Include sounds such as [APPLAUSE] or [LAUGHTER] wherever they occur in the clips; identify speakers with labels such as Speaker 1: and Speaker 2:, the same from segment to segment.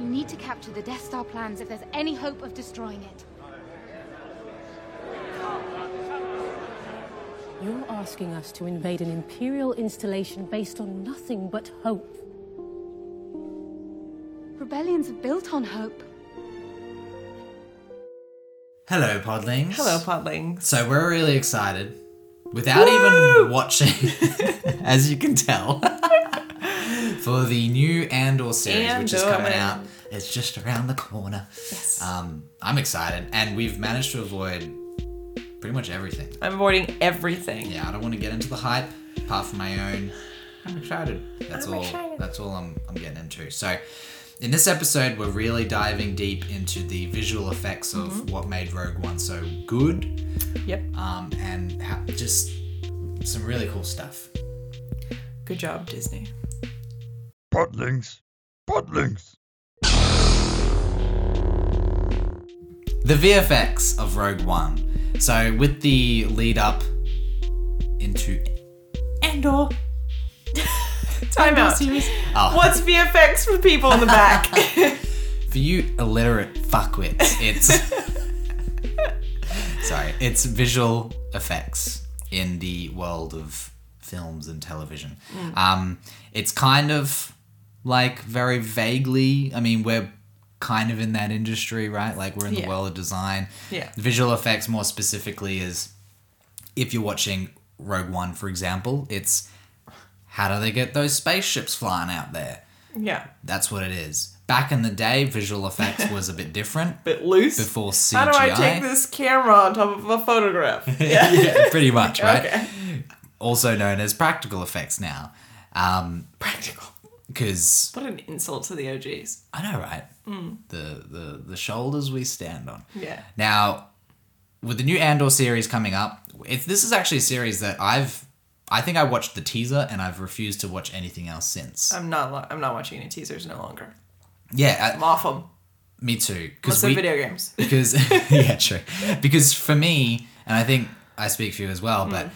Speaker 1: need to capture the Death Star plans if there's any hope of destroying it.
Speaker 2: You're asking us to invade an Imperial installation based on nothing but hope.
Speaker 1: Rebellions are built on hope.
Speaker 3: Hello, Podlings.
Speaker 4: Hello, podlings.
Speaker 3: So we're really excited. Without even
Speaker 4: [LAUGHS]
Speaker 3: watching, as you can tell, [LAUGHS] for the new Andor series, which is
Speaker 4: Andor.
Speaker 3: coming out. It's just around the corner. Yes. Um, I'm excited, and we've managed to avoid pretty much everything.
Speaker 4: I'm avoiding everything.
Speaker 3: Yeah, I don't want to get into the hype, apart from my own. I'm excited. That's
Speaker 4: I'm
Speaker 3: all.
Speaker 4: excited.
Speaker 3: That's all I'm, I'm getting into. So, in this episode, we're really diving deep into the visual effects of
Speaker 4: Mm-hmm.
Speaker 3: what made Rogue One so good
Speaker 4: Yep.
Speaker 3: um, and ha- just some really cool stuff.
Speaker 4: Good job, Disney.
Speaker 5: Podlings. Podlings.
Speaker 3: The VFX of Rogue One. So, with the lead up into.
Speaker 4: Andor. [LAUGHS] Time out.
Speaker 3: Oh,
Speaker 4: [LAUGHS] What's VFX for people in
Speaker 3: [LAUGHS]
Speaker 4: the back?
Speaker 3: For you illiterate fuckwits,
Speaker 4: [LAUGHS]
Speaker 3: it's. sorry, it's visual effects in the world of films and television.
Speaker 4: Mm.
Speaker 3: Um, it's kind of like very vaguely. I mean, we're kind of in that industry, right? Like we're in the
Speaker 4: Yeah.
Speaker 3: world of design.
Speaker 4: Yeah.
Speaker 3: Visual effects, more specifically, is if you're watching Rogue One, for example, it's how do they get those spaceships flying out there?
Speaker 4: yeah.
Speaker 3: That's what it is. Back in the day, visual effects was a bit different
Speaker 4: Bit loose.
Speaker 3: before CGI.
Speaker 4: How do I take this camera on top of a photograph?
Speaker 3: [LAUGHS]
Speaker 4: [LAUGHS] Yeah.
Speaker 3: yeah, pretty much, right?
Speaker 4: Okay.
Speaker 3: Also known as practical effects now. Um,
Speaker 4: Practical.
Speaker 3: because
Speaker 4: What an insult to the OGs.
Speaker 3: I know, right? The, the the shoulders we stand on.
Speaker 4: Hmm. Yeah.
Speaker 3: Now, with the new Andor series coming up, it's this is actually a series that I've I think I watched the teaser and I've refused to watch anything else since.
Speaker 4: I'm not. Lo- I'm not watching any teasers no longer.
Speaker 3: yeah,
Speaker 4: I'm off them.
Speaker 3: I, me too. Because
Speaker 4: Let's play video
Speaker 3: [LAUGHS]
Speaker 4: games.
Speaker 3: because yeah true because for me and i think i speak for you as well
Speaker 4: Mm.
Speaker 3: but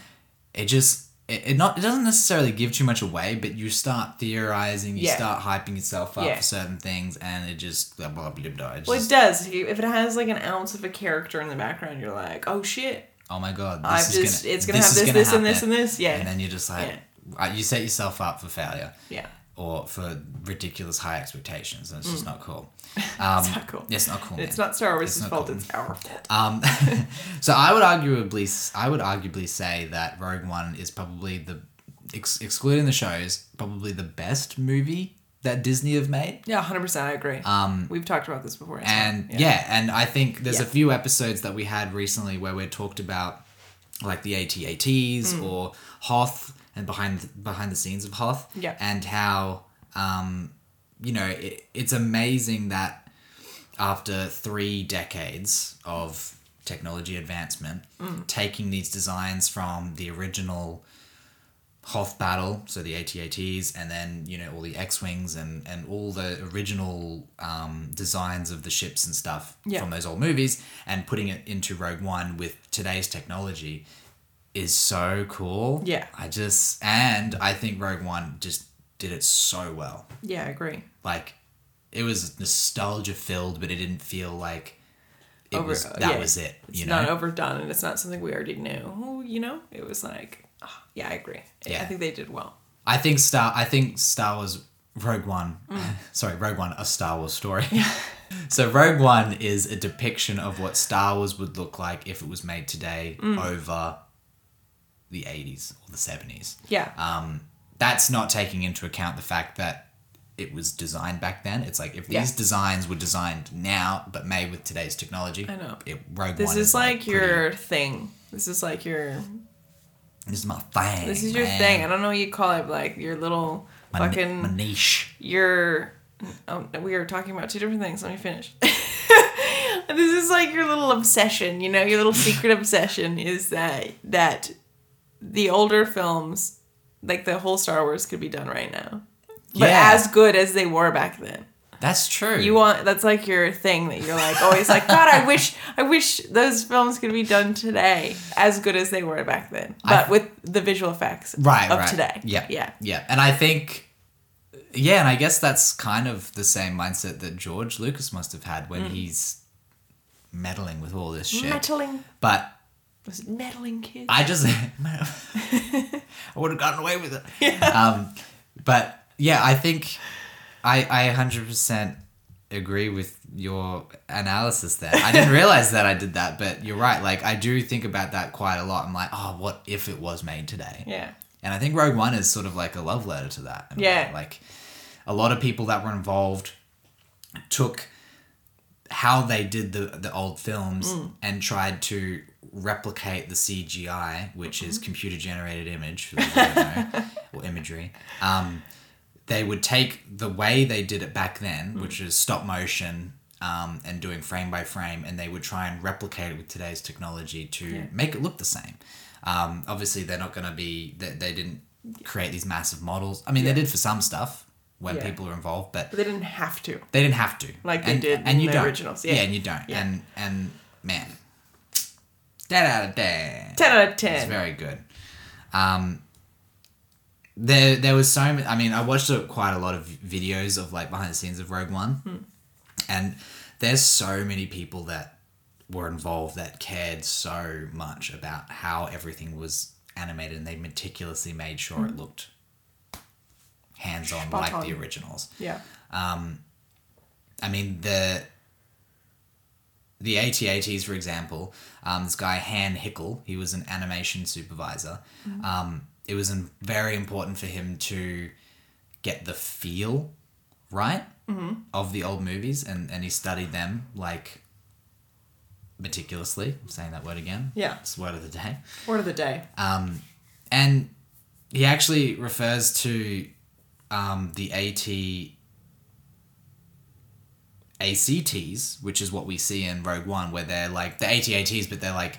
Speaker 3: it just it, it not it doesn't necessarily give too much away but you start theorizing you
Speaker 4: Yeah.
Speaker 3: start hyping yourself up
Speaker 4: Yeah.
Speaker 3: for certain things and it just blah blah blah, blah. It's
Speaker 4: Well, it
Speaker 3: just,
Speaker 4: does. If you- if it has like an ounce of a character in the background, you're like, oh shit.
Speaker 3: oh my god this
Speaker 4: I've
Speaker 3: is
Speaker 4: just.
Speaker 3: gonna,
Speaker 4: it's gonna
Speaker 3: is
Speaker 4: have this,
Speaker 3: gonna
Speaker 4: this, and this,
Speaker 3: happen.
Speaker 4: and this. Yeah.
Speaker 3: and then you're just like
Speaker 4: Yeah.
Speaker 3: uh, you set yourself up for failure
Speaker 4: yeah.
Speaker 3: or for ridiculous high expectations and it's just not cool
Speaker 4: Mm. [LAUGHS] it's not cool.
Speaker 3: Um, it's not cool
Speaker 4: It's
Speaker 3: man.
Speaker 4: not Star Wars'
Speaker 3: not
Speaker 4: fault.
Speaker 3: cool.
Speaker 4: It's our fault.
Speaker 3: Um, [LAUGHS] so I would arguably, I would arguably say that Rogue One is probably the, ex- excluding the shows, probably the best movie that Disney have made.
Speaker 4: Yeah, hundred percent. I agree. Um, we've talked about this before. it's
Speaker 3: And
Speaker 4: fine.
Speaker 3: yeah, and I think there's a
Speaker 4: Yeah.
Speaker 3: few episodes that we had recently where we talked about like the ATATs
Speaker 4: Hmm.
Speaker 3: or Hoth and behind behind the scenes of Hoth.
Speaker 4: Yeah.
Speaker 3: And how um, you know, it, it's amazing that after three decades of technology advancement, taking these designs from the original Hoth battle, so the AT-ATs, and then you know all the X-wings and and all the original um, designs of the ships and stuff
Speaker 4: Yeah.
Speaker 3: from those old movies, and putting it into Rogue One with today's technology is so cool.
Speaker 4: Yeah.
Speaker 3: I just and I think Rogue One just did it so well.
Speaker 4: yeah, I agree.
Speaker 3: Like it was nostalgia filled, but it didn't feel like it
Speaker 4: Over- uh,
Speaker 3: was that
Speaker 4: yeah.
Speaker 3: was it.
Speaker 4: It's
Speaker 3: you know,
Speaker 4: not overdone, and it's not something we already knew. You know, it was like, ah, yeah, I agree.
Speaker 3: Yeah.
Speaker 4: I think they did well.
Speaker 3: I think Star. I think Star Wars Rogue One.
Speaker 4: Mm.
Speaker 3: [LAUGHS] sorry, Rogue One, a Star Wars story. [LAUGHS] so Rogue One is a depiction of what Star Wars would look like if it was made today
Speaker 4: Mm.
Speaker 3: over the eighties or the seventies.
Speaker 4: Yeah,
Speaker 3: Um, that's not taking into account the fact that it was designed back then. It's like if
Speaker 4: Yeah.
Speaker 3: these designs were designed now but made with today's technology.
Speaker 4: I know.
Speaker 3: It, Rogue
Speaker 4: this
Speaker 3: One
Speaker 4: is like,
Speaker 3: pretty-
Speaker 4: your thing. This is like your.
Speaker 3: This is my thing.
Speaker 4: This is your
Speaker 3: man.
Speaker 4: thing. I don't know what you call it. but, Like your little
Speaker 3: My, ni-
Speaker 4: fucking.
Speaker 3: my niche.
Speaker 4: your oh no, we are talking about two different things let me finish [LAUGHS] this is like your little obsession you know your little secret obsession is that that the older films like the whole star wars could be done right now but
Speaker 3: Yeah.
Speaker 4: as good as they were back then
Speaker 3: That's true.
Speaker 4: you want that's like your thing that you're like always like god i wish i wish those films could be done today as good as they were back then but with the visual effects
Speaker 3: right
Speaker 4: of
Speaker 3: right.
Speaker 4: today
Speaker 3: yeah
Speaker 4: yeah
Speaker 3: yeah and i think yeah, and I guess that's kind of the same mindset that George Lucas must have had
Speaker 4: Mm.
Speaker 3: when he's meddling with all this shit.
Speaker 4: Meddling.
Speaker 3: But
Speaker 4: Was it meddling kids?
Speaker 3: I just [LAUGHS] I would have gotten away with it. Um, but yeah, I think I I hundred percent agree with your analysis there. I didn't realize that I did that, but you're right. Like I do think about that quite a lot. I'm like, oh, what if it was made today?
Speaker 4: yeah.
Speaker 3: And I think Rogue One is sort of like a love letter to that. in a
Speaker 4: Yeah.
Speaker 3: way. Like a lot of people that were involved took how they did the the old films and tried to replicate the CGI, which is computer generated image for those who don't know, or imagery. Um, they would take the way they did it back then, which is stop motion um, and doing frame by frame, and they would try and replicate it with today's technology to make it look the same. Um, obviously, they're not going to be. They, they didn't create these massive models. I mean, they did for some stuff when
Speaker 4: Yeah.
Speaker 3: people were involved, but
Speaker 4: But they didn't have to.
Speaker 3: they didn't have to.
Speaker 4: Like they
Speaker 3: and,
Speaker 4: did in
Speaker 3: and you
Speaker 4: the
Speaker 3: don't.
Speaker 4: originals, yeah.
Speaker 3: and you don't.
Speaker 4: Yeah.
Speaker 3: And and man, ten out of ten.
Speaker 4: 10 out of
Speaker 3: It's
Speaker 4: 10.
Speaker 3: very good. Um, there there was so many. I mean, I watched uh quite a lot of videos of like behind the scenes of Rogue One,
Speaker 4: Hmm.
Speaker 3: and there's so many people that were involved that cared so much about how everything was animated, and they meticulously made sure it looked hands on
Speaker 4: Hmm. Spot
Speaker 3: like the
Speaker 4: on.
Speaker 3: originals.
Speaker 4: yeah.
Speaker 3: Um, I mean the the ATATs, for example, um, this guy Han Hickel, he was an animation supervisor. Um, it was in, very important for him to get the feel right of the old movies, and, and he studied them like meticulously. I'm saying that word again.
Speaker 4: Yeah.
Speaker 3: it's the word of the day
Speaker 4: Word of the day.
Speaker 3: Um, and he actually refers to um, the AT ACTs, which is what we see in Rogue One, where they're like the ATATs, but they're like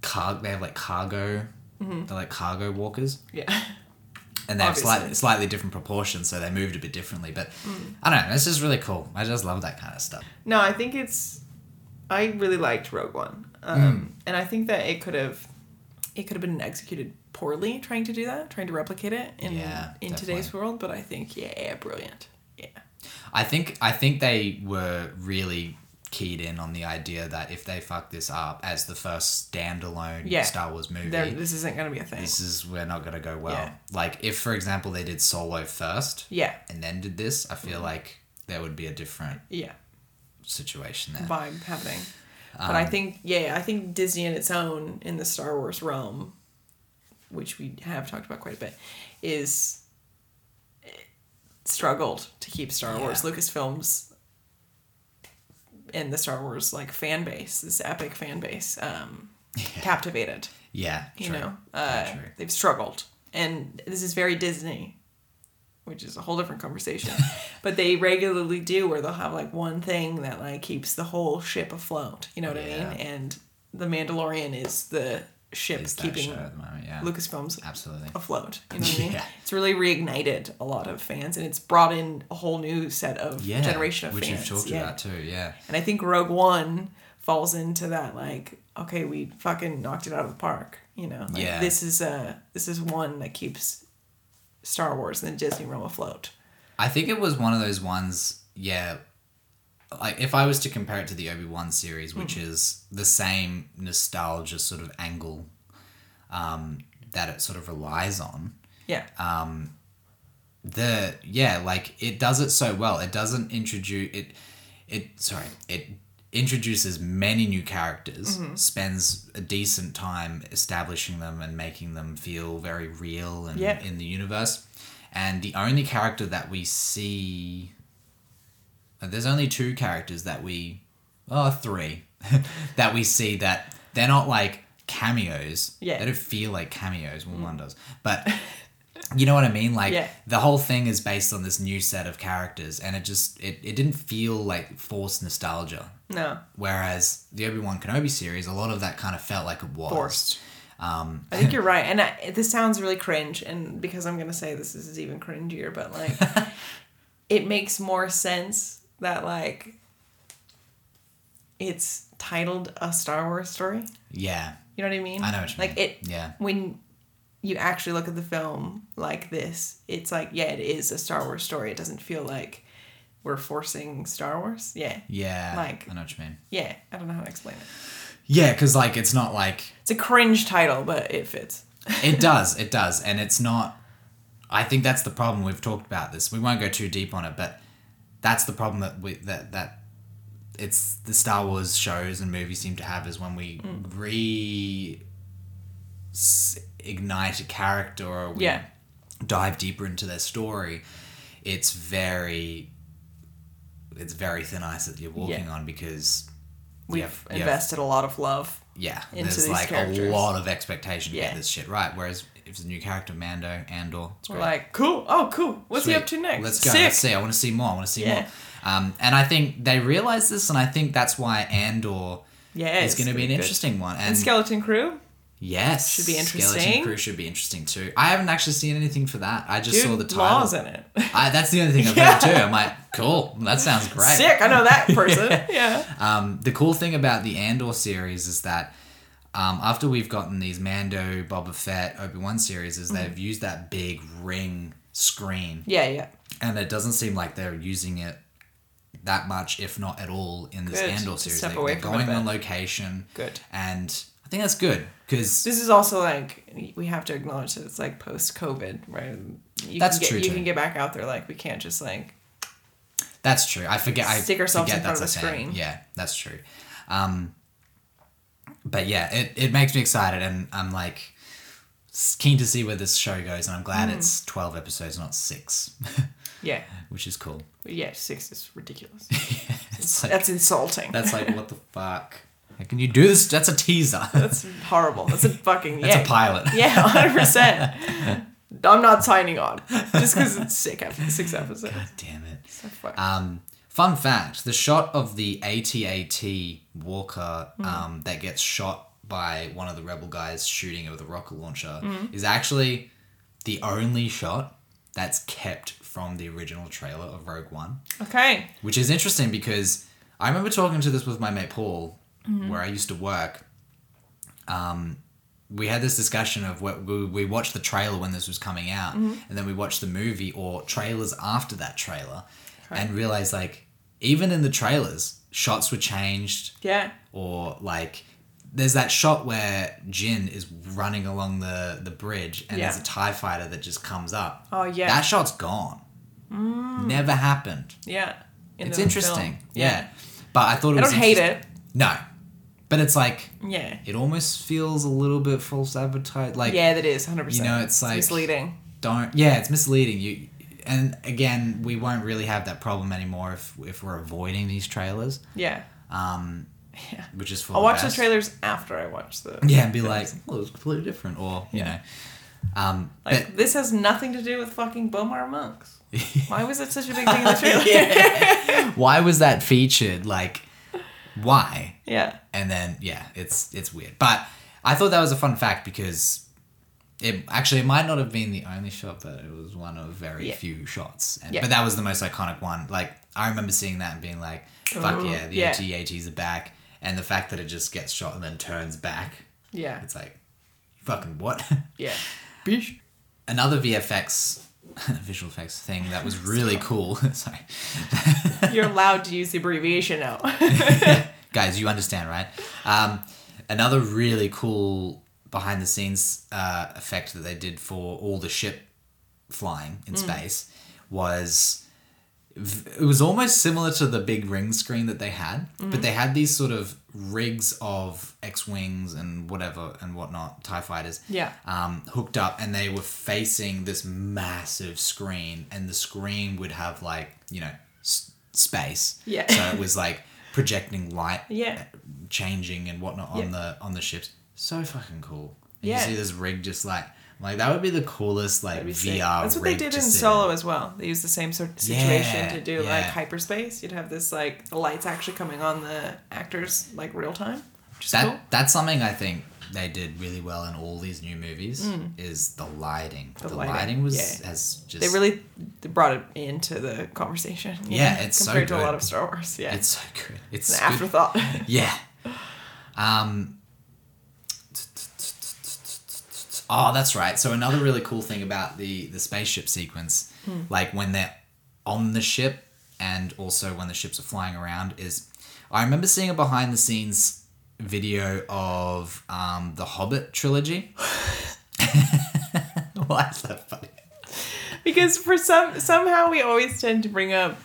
Speaker 3: car- they have like cargo, they're like cargo walkers,
Speaker 4: yeah. [LAUGHS]
Speaker 3: and they have
Speaker 4: Obviously.
Speaker 3: slightly slightly different proportions, so they moved a bit differently. But I don't know, it's just really cool. I just love that kind of stuff.
Speaker 4: No, I think it's. I really liked Rogue One,
Speaker 3: Hmm.
Speaker 4: um, and I think that it could have, it could have been executed poorly trying to do that, trying to replicate it in
Speaker 3: Yeah,
Speaker 4: in today's world. But I think yeah, brilliant. Yeah,
Speaker 3: I think I think they were really keyed in on the idea that if they fuck this up as the first standalone
Speaker 4: Yeah.
Speaker 3: Star Wars movie,
Speaker 4: There, this isn't gonna be a thing.
Speaker 3: this is we're not gonna go well.
Speaker 4: Yeah.
Speaker 3: Like if for example they did Solo first,
Speaker 4: Yeah. Mm-hmm.
Speaker 3: and then did this, I feel like there would be a different
Speaker 4: Yeah,
Speaker 3: situation there.
Speaker 4: vibe happening. But I think yeah, I think Disney in its own in the Star Wars realm, which we have talked about quite a bit, is eh, struggled to keep Star Wars
Speaker 3: Yeah.
Speaker 4: Lucasfilms and the Star Wars like fan base, this epic fan base, um, captivated.
Speaker 3: yeah,
Speaker 4: You
Speaker 3: true.
Speaker 4: know,
Speaker 3: Yeah,
Speaker 4: uh,
Speaker 3: true.
Speaker 4: they've struggled, and this is very Disney, which is a whole
Speaker 3: [LAUGHS]
Speaker 4: different conversation. but they regularly do where they'll have like one thing that like keeps the whole ship afloat. You know what I
Speaker 3: Yeah.
Speaker 4: mean? And the Mandalorian is the ship
Speaker 3: Is that
Speaker 4: keeping
Speaker 3: show at the moment? Yeah,
Speaker 4: Lucasfilms
Speaker 3: absolutely.
Speaker 4: afloat. You know what I
Speaker 3: [LAUGHS]
Speaker 4: mean?
Speaker 3: Yeah.
Speaker 4: It's really reignited a lot of fans, and it's brought in a whole new set of
Speaker 3: Yeah,
Speaker 4: generation of
Speaker 3: which
Speaker 4: fans.
Speaker 3: you've talked
Speaker 4: yeah.
Speaker 3: about too. Yeah,
Speaker 4: And I think Rogue One falls into that like, okay, we fucking knocked it out of the park. You know, like,
Speaker 3: Yeah.
Speaker 4: This is uh this is one that keeps Star Wars and the Disney realm afloat.
Speaker 3: I think it was one of those ones, yeah. Like if I was to compare it to the Obi Wan series, which is the same nostalgia sort of angle um, that it sort of relies on,
Speaker 4: Yeah.
Speaker 3: the yeah, like it does it so well. It doesn't introduce it. It sorry, it introduces many new characters,
Speaker 4: Mm-hmm.
Speaker 3: spends a decent time establishing them and making them feel very real and
Speaker 4: Yeah.
Speaker 3: in the universe. And the only character that we see uh, There's only two characters that we, oh, three, [LAUGHS] that we see that they're not like cameos.
Speaker 4: Yeah. Mm.
Speaker 3: They don't feel like cameos. Well, one does.
Speaker 4: [LAUGHS]
Speaker 3: But you know what I mean? Like,
Speaker 4: Yeah.
Speaker 3: the whole thing is based on this new set of characters, and it just, it, it didn't feel like forced nostalgia.
Speaker 4: no.
Speaker 3: Whereas the Obi Wan Kenobi series, a lot of that kind of felt like it was. Um,
Speaker 4: Forced. I think you're right, and I, this sounds really cringe, and because I'm gonna say this, this is even cringier, but like, it makes more sense that like, it's titled a Star Wars story.
Speaker 3: Yeah.
Speaker 4: You know what I mean?
Speaker 3: I know what you
Speaker 4: like
Speaker 3: mean.
Speaker 4: it.
Speaker 3: Yeah.
Speaker 4: When you actually look at the film like this, it's like, yeah, it is a Star Wars story. It doesn't feel like we're forcing Star Wars. Yeah.
Speaker 3: Yeah.
Speaker 4: Like-
Speaker 3: I know what you mean.
Speaker 4: Yeah. I don't know how to explain it.
Speaker 3: Yeah, because like it's not like
Speaker 4: It's a cringe title, but it fits.
Speaker 3: it does, it does, and it's not. I think that's the problem we've talked about this. We won't go too deep on it, but that's the problem that we that that it's the Star Wars shows and movies seem to have is when we
Speaker 4: Mm.
Speaker 3: re s- ignite a character or we
Speaker 4: Yeah.
Speaker 3: dive deeper into their story, it's very it's very thin ice that you're walking on because
Speaker 4: We've
Speaker 3: yeah.
Speaker 4: invested a lot of love.
Speaker 3: yeah,
Speaker 4: into
Speaker 3: there's
Speaker 4: these
Speaker 3: like
Speaker 4: characters.
Speaker 3: a lot of expectation to
Speaker 4: Yeah.
Speaker 3: get this shit right. Whereas if it's a new character, Mando, Andor, it's
Speaker 4: We're
Speaker 3: great.
Speaker 4: like, cool. Oh, cool. What's he
Speaker 3: Sweet.
Speaker 4: up to next?
Speaker 3: Let's go.
Speaker 4: Sick.
Speaker 3: Let's see. I want to see more. I want to see
Speaker 4: Yeah.
Speaker 3: more. Um, and I think they realize this, and I think that's why Andor
Speaker 4: Yeah.
Speaker 3: is going to be an
Speaker 4: good.
Speaker 3: interesting one. And,
Speaker 4: And Skeleton Crew.
Speaker 3: yes,
Speaker 4: should be interesting.
Speaker 3: Skeleton Crew should be interesting too. I haven't actually seen anything for that. I just
Speaker 4: Dude,
Speaker 3: saw the title.
Speaker 4: Law's in
Speaker 3: [LAUGHS]
Speaker 4: it.
Speaker 3: I, that's the only thing I've
Speaker 4: [LAUGHS] Yeah.
Speaker 3: heard too. I'm like, cool. That sounds great.
Speaker 4: Sick. I
Speaker 3: [LAUGHS]
Speaker 4: know that person. yeah.
Speaker 3: Um, the cool thing about the Andor series is that um, after we've gotten these Mando, Boba Fett, Obi Wan series, is
Speaker 4: Mm-hmm.
Speaker 3: they've used that big ring screen,
Speaker 4: Yeah. Yeah.
Speaker 3: and it doesn't seem like they're using it that much, if not at all, in this
Speaker 4: Good.
Speaker 3: Andor
Speaker 4: To
Speaker 3: series.
Speaker 4: step
Speaker 3: They,
Speaker 4: away
Speaker 3: are
Speaker 4: from it a
Speaker 3: going
Speaker 4: bit.
Speaker 3: on location,
Speaker 4: Good.
Speaker 3: and I think that's good because
Speaker 4: This is also like we have to acknowledge that it's like post COVID, right? You
Speaker 3: That's
Speaker 4: can get,
Speaker 3: true,
Speaker 4: You
Speaker 3: too.
Speaker 4: can get back out there. Like we can't just like
Speaker 3: that's true. I forget. I
Speaker 4: Stick ourselves
Speaker 3: forget
Speaker 4: in front
Speaker 3: that's
Speaker 4: of the
Speaker 3: a thing.
Speaker 4: screen.
Speaker 3: Yeah, that's true. Um, but yeah, it, it makes me excited, and I'm like s- keen to see where this show goes, and I'm glad
Speaker 4: Mm.
Speaker 3: it's twelve episodes, not six, [LAUGHS]
Speaker 4: yeah
Speaker 3: which is cool.
Speaker 4: yeah six is ridiculous.
Speaker 3: [LAUGHS] It's like
Speaker 4: That's insulting. That's,
Speaker 3: that's like what the fuck? How can you do this? That's a teaser. [LAUGHS] That's
Speaker 4: horrible. That's a fucking yeah.
Speaker 3: a pilot.
Speaker 4: [LAUGHS] Yeah, hundred percent. I'm not signing on just because it's sick after
Speaker 3: [LAUGHS]
Speaker 4: six episodes.
Speaker 3: God [LAUGHS] damn it.
Speaker 4: So fuck.
Speaker 3: Um, fun fact: the shot of the ATAT Walker um, that gets shot by one of the rebel guys shooting it with a rocket launcher is actually the only shot that's kept from the original trailer of Rogue One,
Speaker 4: okay.
Speaker 3: which is interesting because I remember talking to this with my mate Paul,
Speaker 4: Mm-hmm.
Speaker 3: where I used to work. Um, we had this discussion of what we, we watched the trailer when this was coming out,
Speaker 4: Mm-hmm.
Speaker 3: and then we watched the movie or trailers after that trailer, and realized like even in the trailers, shots were changed
Speaker 4: Yeah.
Speaker 3: or like there's that shot where Jin is running along the the bridge and
Speaker 4: Yeah.
Speaker 3: there's a tie fighter that just comes up.
Speaker 4: Oh, yeah. Mm.
Speaker 3: That shot's gone. Never happened.
Speaker 4: Yeah. In
Speaker 3: it's
Speaker 4: the
Speaker 3: interesting.
Speaker 4: film.
Speaker 3: Yeah. But I thought it
Speaker 4: I
Speaker 3: was
Speaker 4: don't hate
Speaker 3: interest-
Speaker 4: it.
Speaker 3: No. But it's like
Speaker 4: Yeah.
Speaker 3: it almost feels a little bit false advertised like
Speaker 4: Yeah, that is hundred percent.
Speaker 3: You know, it's like-
Speaker 4: misleading.
Speaker 3: don't yeah, it's misleading. You and again, we won't really have that problem anymore if if we're avoiding these trailers, um,
Speaker 4: Yeah.
Speaker 3: which is for
Speaker 4: I'll
Speaker 3: the
Speaker 4: watch the
Speaker 3: best.
Speaker 4: trailers after I watch the
Speaker 3: Yeah, and be like, well, it was completely different, or you know, um,
Speaker 4: Like
Speaker 3: but-
Speaker 4: this has nothing to do with fucking Bomar
Speaker 3: [LAUGHS]
Speaker 4: monks. Why was it such a big thing in the trailer? yeah. [LAUGHS]
Speaker 3: why was that featured? Like, why? And then yeah, it's it's weird. But I thought that was a fun fact because it actually it might not have been the only shot, but it was one of very
Speaker 4: Yeah.
Speaker 3: few shots. And,
Speaker 4: Yeah.
Speaker 3: But that was the most iconic one. Like I remember seeing that and being like, fuck
Speaker 4: Oh,
Speaker 3: yeah, the
Speaker 4: yeah.
Speaker 3: AT-ATs are back. And the fact that it just gets shot and then turns back,
Speaker 4: Yeah.
Speaker 3: it's like, fucking what? [LAUGHS]
Speaker 4: Yeah.
Speaker 3: another VFX [LAUGHS] visual effects thing that was
Speaker 4: [LAUGHS]
Speaker 3: really cool. [LAUGHS] Sorry,
Speaker 4: You're allowed to use the abbreviation
Speaker 3: [LAUGHS]
Speaker 4: now.
Speaker 3: guys, you understand, right? Um, another really cool behind the scenes uh, effect that they did for all the ship flying
Speaker 4: Mm.
Speaker 3: in space was v- it was almost similar to the big ring screen that they had,
Speaker 4: Mm.
Speaker 3: but they had these sort of rigs of X wings and whatever and whatnot, Tie fighters,
Speaker 4: Yeah.
Speaker 3: um, hooked up, and they were facing this massive screen, and the screen would have like you know s- space,
Speaker 4: Yeah.
Speaker 3: So it was like projecting light,
Speaker 4: Yeah.
Speaker 3: changing and whatnot on
Speaker 4: Yeah.
Speaker 3: the on the ships. So fucking cool. And
Speaker 4: Yeah.
Speaker 3: You see this rig just like like that would be the coolest like
Speaker 4: That'd be
Speaker 3: VR.
Speaker 4: sick. That's what they
Speaker 3: rig
Speaker 4: did
Speaker 3: to
Speaker 4: in
Speaker 3: sit
Speaker 4: Solo as well. They used the same sort of situation
Speaker 3: Yeah,
Speaker 4: to do like
Speaker 3: yeah.
Speaker 4: hyperspace. You'd have this like the lights actually coming on the actors like real time. Which is
Speaker 3: That
Speaker 4: cool.
Speaker 3: that's something I think they did really well in all these new movies is the lighting. The,
Speaker 4: Mm. lighting,
Speaker 3: lighting, was
Speaker 4: yeah.
Speaker 3: has just
Speaker 4: They really brought it into the conversation. you
Speaker 3: Yeah,
Speaker 4: know,
Speaker 3: it's so
Speaker 4: compared to a
Speaker 3: good.
Speaker 4: lot of Star Wars. Yeah.
Speaker 3: it's so good. It's
Speaker 4: an
Speaker 3: good-
Speaker 4: afterthought. [LAUGHS]
Speaker 3: Yeah. Um Oh, that's right. So another really cool thing about the the spaceship sequence,
Speaker 4: Hmm.
Speaker 3: like when they're on the ship and also when the ships are flying around, is I remember seeing a behind the scenes video of um, the Hobbit
Speaker 4: [LAUGHS]
Speaker 3: trilogy. [LAUGHS] Why is that funny?
Speaker 4: Because for some somehow we always tend to bring up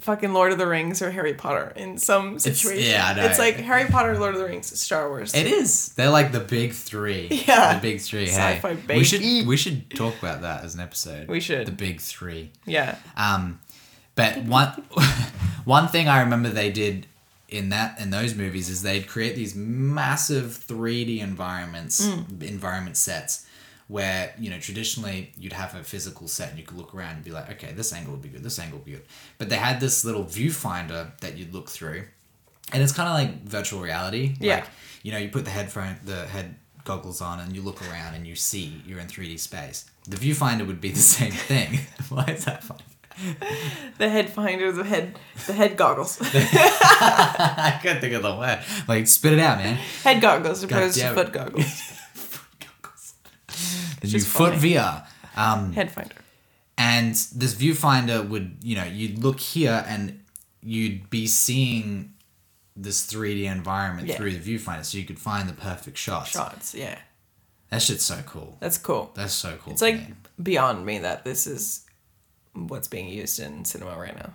Speaker 4: fucking Lord of the Rings or Harry Potter in some situation.
Speaker 3: yeah, I know.
Speaker 4: It's like Harry Potter, Lord of the Rings, Star Wars.
Speaker 3: It is. They're like the big three.
Speaker 4: Yeah.
Speaker 3: the big three. Hey,
Speaker 4: Sci-fi
Speaker 3: we
Speaker 4: baby.
Speaker 3: should we should talk about that as an episode.
Speaker 4: We should.
Speaker 3: the big three.
Speaker 4: yeah.
Speaker 3: Um, but one [LAUGHS] one thing I remember they did in that in those movies is they'd create these massive three D environments, environment sets, where you know traditionally you'd have a physical set and you could look around and be like, okay, this angle would be good, this angle would be good. But they had this little viewfinder that you'd look through, and it's kind of like virtual reality.
Speaker 4: Yeah.
Speaker 3: Like, you know, you put the headphone, the head goggles on, and you look around and you see you're in 3D space. The viewfinder would be the [LAUGHS] same thing. Why is that funny?
Speaker 4: The head finder, the head the
Speaker 3: [LAUGHS]
Speaker 4: head goggles. [LAUGHS]
Speaker 3: I couldn't think of the word. Like, spit it out, man.
Speaker 4: head goggles as
Speaker 3: God
Speaker 4: opposed to
Speaker 3: damn
Speaker 4: foot
Speaker 3: it. [LAUGHS]
Speaker 4: goggles.
Speaker 3: The new
Speaker 4: is
Speaker 3: foot
Speaker 4: funny.
Speaker 3: VR. Um,
Speaker 4: head finder.
Speaker 3: and this viewfinder would, you know, you'd look here and you'd be seeing this 3D environment
Speaker 4: Yeah.
Speaker 3: through the viewfinder so you could find the perfect shots.
Speaker 4: Shots, yeah.
Speaker 3: That shit's so cool.
Speaker 4: That's cool.
Speaker 3: That's so cool.
Speaker 4: It's like
Speaker 3: man.
Speaker 4: beyond me that this is what's being used in cinema right now.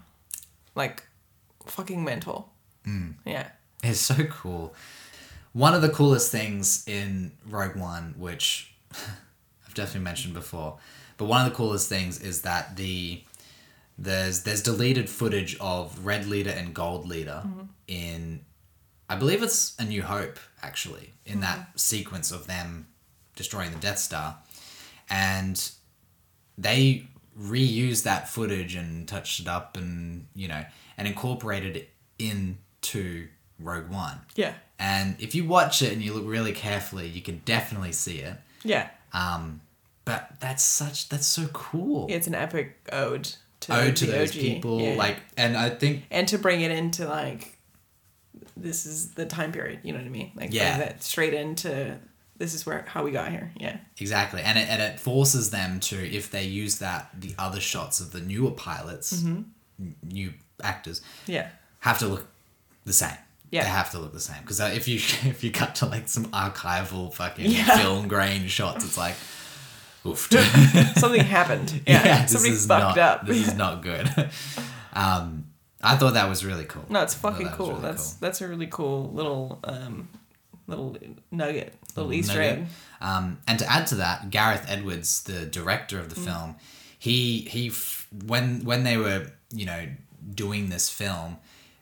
Speaker 4: Like fucking mental.
Speaker 3: Hmm.
Speaker 4: Yeah.
Speaker 3: It's so cool. One of the coolest things in Rogue One, which [LAUGHS] I've definitely mentioned before, but one of the coolest things is that the there's there's deleted footage of Red Leader and Gold Leader in I believe it's A New Hope actually in that sequence of them destroying the Death Star, and they reused that footage and touched it up and you know and incorporated it into Rogue One.
Speaker 4: Yeah.
Speaker 3: And if you watch it and you look really carefully, you can definitely see it.
Speaker 4: Yeah.
Speaker 3: Um, but that's such that's so cool.
Speaker 4: It's an epic ode to,
Speaker 3: Ode to
Speaker 4: the
Speaker 3: those
Speaker 4: OG.
Speaker 3: people,
Speaker 4: Yeah.
Speaker 3: like, and I think
Speaker 4: and to bring it into like this is the time period, you know what I mean? Like bring
Speaker 3: Yeah.
Speaker 4: that straight into this is where how we got here. Yeah.
Speaker 3: exactly, and it, and it forces them to if they use that the other shots of the newer pilots,
Speaker 4: Mm-hmm.
Speaker 3: n- new actors, [LAUGHS]
Speaker 4: Yeah.
Speaker 3: have to look the same.
Speaker 4: Yeah.
Speaker 3: They have to look the same because if you [LAUGHS] if you cut to like some archival fucking
Speaker 4: Yeah.
Speaker 3: film grain shots, it's like, oof.
Speaker 4: Something happened. [LAUGHS] Yeah.
Speaker 3: [LAUGHS] Yeah, this
Speaker 4: Somebody
Speaker 3: is not,
Speaker 4: fucked up. [LAUGHS]
Speaker 3: This is not good. um, I thought that was really cool.
Speaker 4: No, it's
Speaker 3: I thought
Speaker 4: fucking
Speaker 3: that was
Speaker 4: cool.
Speaker 3: really
Speaker 4: that's that's a really cool little um little nugget, little Easter
Speaker 3: nugget.
Speaker 4: egg.
Speaker 3: Um, and to add to that, Gareth Edwards, the director of the
Speaker 4: Mm.
Speaker 3: film, he he f- when when they were you know doing this film,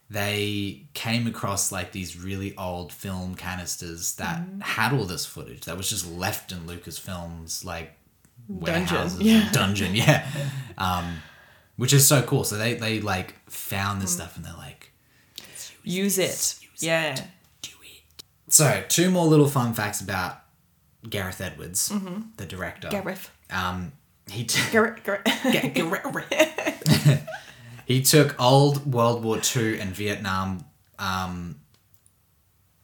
Speaker 3: they came across like these really old film canisters that
Speaker 4: Mm-hmm.
Speaker 3: had all this footage that was just left in Lucasfilm's like warehouses and
Speaker 4: yeah.
Speaker 3: [LAUGHS] dungeon, yeah. Um, which is so cool. So they they like found this stuff and they're like.
Speaker 4: Mm. Use it. yeah.
Speaker 3: So, two more little fun facts about Gareth Edwards, the director.
Speaker 4: Gareth.
Speaker 3: Um, he t-
Speaker 4: Garrett, Garrett.
Speaker 3: [LAUGHS] he took old World War II and Vietnam um,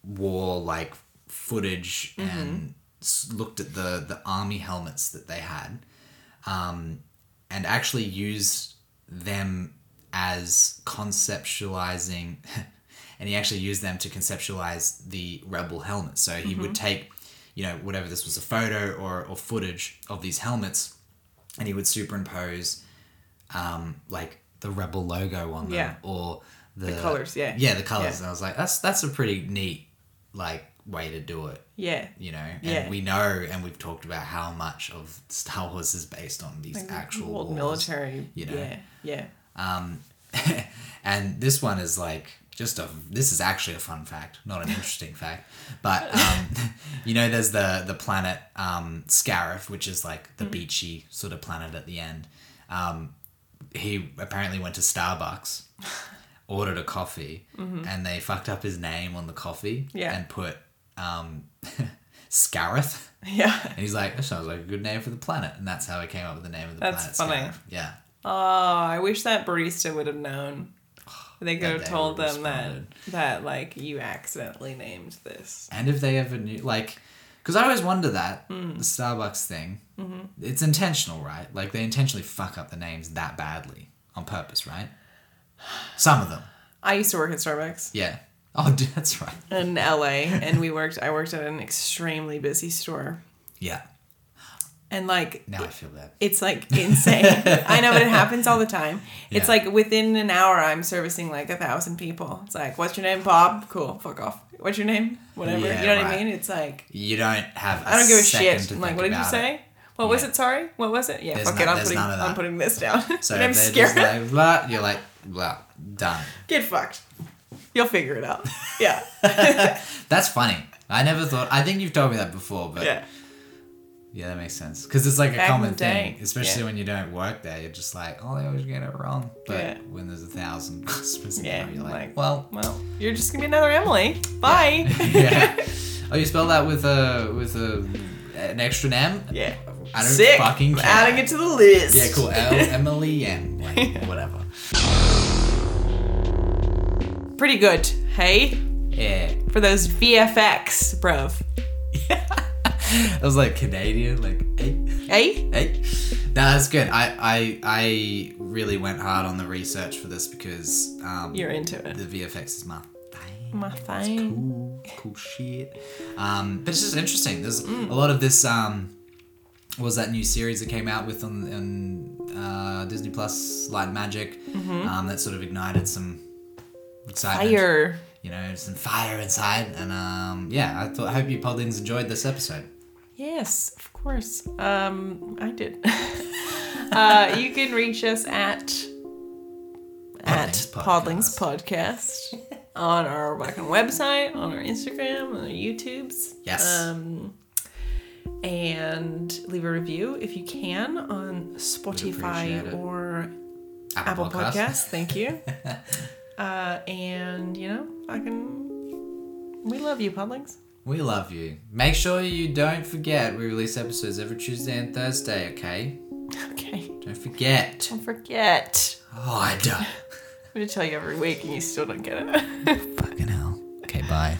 Speaker 3: War like footage and s- looked at the the army helmets that they had, um, and actually used them as conceptualizing. [LAUGHS] And he actually used them to conceptualize the rebel helmets. So he would take, you know, whatever this was a photo or, or footage of these helmets, and he would superimpose um, like the rebel logo on them
Speaker 4: Yeah.
Speaker 3: or the,
Speaker 4: colours, yeah.
Speaker 3: yeah the colors
Speaker 4: Yeah.
Speaker 3: and i was like that's that's a pretty neat like way to do it
Speaker 4: [LAUGHS] yeah.
Speaker 3: you know and
Speaker 4: Yeah.
Speaker 3: we know and we've talked about how much of star wars is based on these actual
Speaker 4: Old
Speaker 3: wars,
Speaker 4: military.
Speaker 3: you know
Speaker 4: Yeah. Yeah. [LAUGHS]
Speaker 3: um [LAUGHS] and this one is like just a this is actually a fun fact not an
Speaker 4: [LAUGHS]
Speaker 3: interesting fact but um [LAUGHS] you know there's the the planet um scarif which is like
Speaker 4: Mm.
Speaker 3: the beachy sort of planet at the end um he apparently went to
Speaker 4: [LAUGHS]
Speaker 3: starbucks ordered a coffee and they fucked up his name on the coffee
Speaker 4: Mm-hmm. Yeah.
Speaker 3: and put um [LAUGHS] scarif
Speaker 4: Yeah.
Speaker 3: and he's like that sounds like a good name for the planet and that's how he came up with the name of the
Speaker 4: That's
Speaker 3: planet
Speaker 4: funny.
Speaker 3: scarif yeah
Speaker 4: Oh, I wish that barista would have known. They could have
Speaker 3: they
Speaker 4: told
Speaker 3: would've
Speaker 4: them that
Speaker 3: responded.
Speaker 4: that like you accidentally named this.
Speaker 3: And if they ever knew, like, Because I always wonder that
Speaker 4: Mm.
Speaker 3: the Starbucks thing.
Speaker 4: Mm-hmm.
Speaker 3: It's intentional, right? Like they intentionally fuck up the names that badly on purpose, right? Some of them,
Speaker 4: I used to work at Starbucks
Speaker 3: yeah. Oh, [LAUGHS] dude, that's right.
Speaker 4: in LA, and we worked. I worked at an extremely busy store,
Speaker 3: Yeah.
Speaker 4: and like
Speaker 3: Now I feel bad.
Speaker 4: It's
Speaker 3: [LAUGHS]
Speaker 4: like insane. I know, but it happens all the time. It's
Speaker 3: Yeah.
Speaker 4: like within an hour, I'm servicing like a thousand people. It's like, what's your name, Bob? Cool, fuck off. What's your name? Whatever.
Speaker 3: Yeah,
Speaker 4: you know what I
Speaker 3: right.
Speaker 4: mean? It's like
Speaker 3: You don't have. I
Speaker 4: I don't give a
Speaker 3: second
Speaker 4: shit.
Speaker 3: To
Speaker 4: I'm like,
Speaker 3: think
Speaker 4: what did you
Speaker 3: about
Speaker 4: say?
Speaker 3: it.
Speaker 4: What was
Speaker 3: Yeah.
Speaker 4: it? Sorry, what was it? Yeah,
Speaker 3: There's
Speaker 4: fuck
Speaker 3: no-
Speaker 4: it. I'm
Speaker 3: there's
Speaker 4: putting
Speaker 3: none of
Speaker 4: I'm
Speaker 3: that.
Speaker 4: putting this down.
Speaker 3: So
Speaker 4: and [LAUGHS] I'm
Speaker 3: if they're
Speaker 4: scared.
Speaker 3: just like blah, you're like blah, done.
Speaker 4: Get fucked. You'll figure
Speaker 3: [LAUGHS]
Speaker 4: it out. Yeah,
Speaker 3: That's funny. I never thought. I think you've told me that before, but
Speaker 4: yeah.
Speaker 3: yeah, that makes sense because it's like a
Speaker 4: Back in
Speaker 3: common
Speaker 4: the day,
Speaker 3: thing, especially
Speaker 4: yeah.
Speaker 3: when you don't work there. You're just like, oh, they always get it wrong. But
Speaker 4: Yeah.
Speaker 3: when there's a thousand [LAUGHS] customers,
Speaker 4: Yeah,
Speaker 3: now, you're like,
Speaker 4: like- [LAUGHS]
Speaker 3: well,
Speaker 4: Well, you're just gonna be another Emily. Bye.
Speaker 3: [LAUGHS]
Speaker 4: [LAUGHS]
Speaker 3: yeah. Oh, you spell that with a with a an extra M.
Speaker 4: Yeah.
Speaker 3: I don't
Speaker 4: Sick.
Speaker 3: fucking
Speaker 4: I'm
Speaker 3: care.
Speaker 4: adding it to the list.
Speaker 3: Yeah, cool.
Speaker 4: [LAUGHS]
Speaker 3: L Emily M, like, whatever.
Speaker 4: Pretty good. Hey.
Speaker 3: Yeah.
Speaker 4: for those VFX, bruv.
Speaker 3: I was like Canadian, like hey.
Speaker 4: Hey?
Speaker 3: Hey, that's good. I, I I really went hard on the research for this because um,
Speaker 4: You're into it.
Speaker 3: the VFX is my thing.
Speaker 4: My fine.
Speaker 3: Cool, cool shit. Um, but it's just interesting. There's a lot of this. Um, what was that new series that came out with on, on uh, Disney Plus, Light and Magic? Um, that sort of ignited some excitement.
Speaker 4: Mm-hmm. Fire.
Speaker 3: You know, some fire inside. And um, yeah, I thought. I hope you podlings enjoyed this episode.
Speaker 4: Yes, of course. Um, I did. [LAUGHS] uh, you can reach us at at Podlings
Speaker 3: Podlings
Speaker 4: Podcast on our fucking website, on our Instagram, on our YouTubes.
Speaker 3: Yes.
Speaker 4: Um, and leave a review if you can on Spotify
Speaker 3: it.
Speaker 4: or Apple Podcast.
Speaker 3: [LAUGHS]
Speaker 4: Thank you. uh, and you know, fucking, we love you, Podlings.
Speaker 3: We love you. Make sure you don't forget we release episodes every Tuesday and Thursday, okay?
Speaker 4: Okay,
Speaker 3: Don't forget.
Speaker 4: don't forget.
Speaker 3: Oh, I don't.
Speaker 4: [LAUGHS] I'm gonna tell you every week, and you still don't get it.
Speaker 3: Fucking hell. Okay, bye.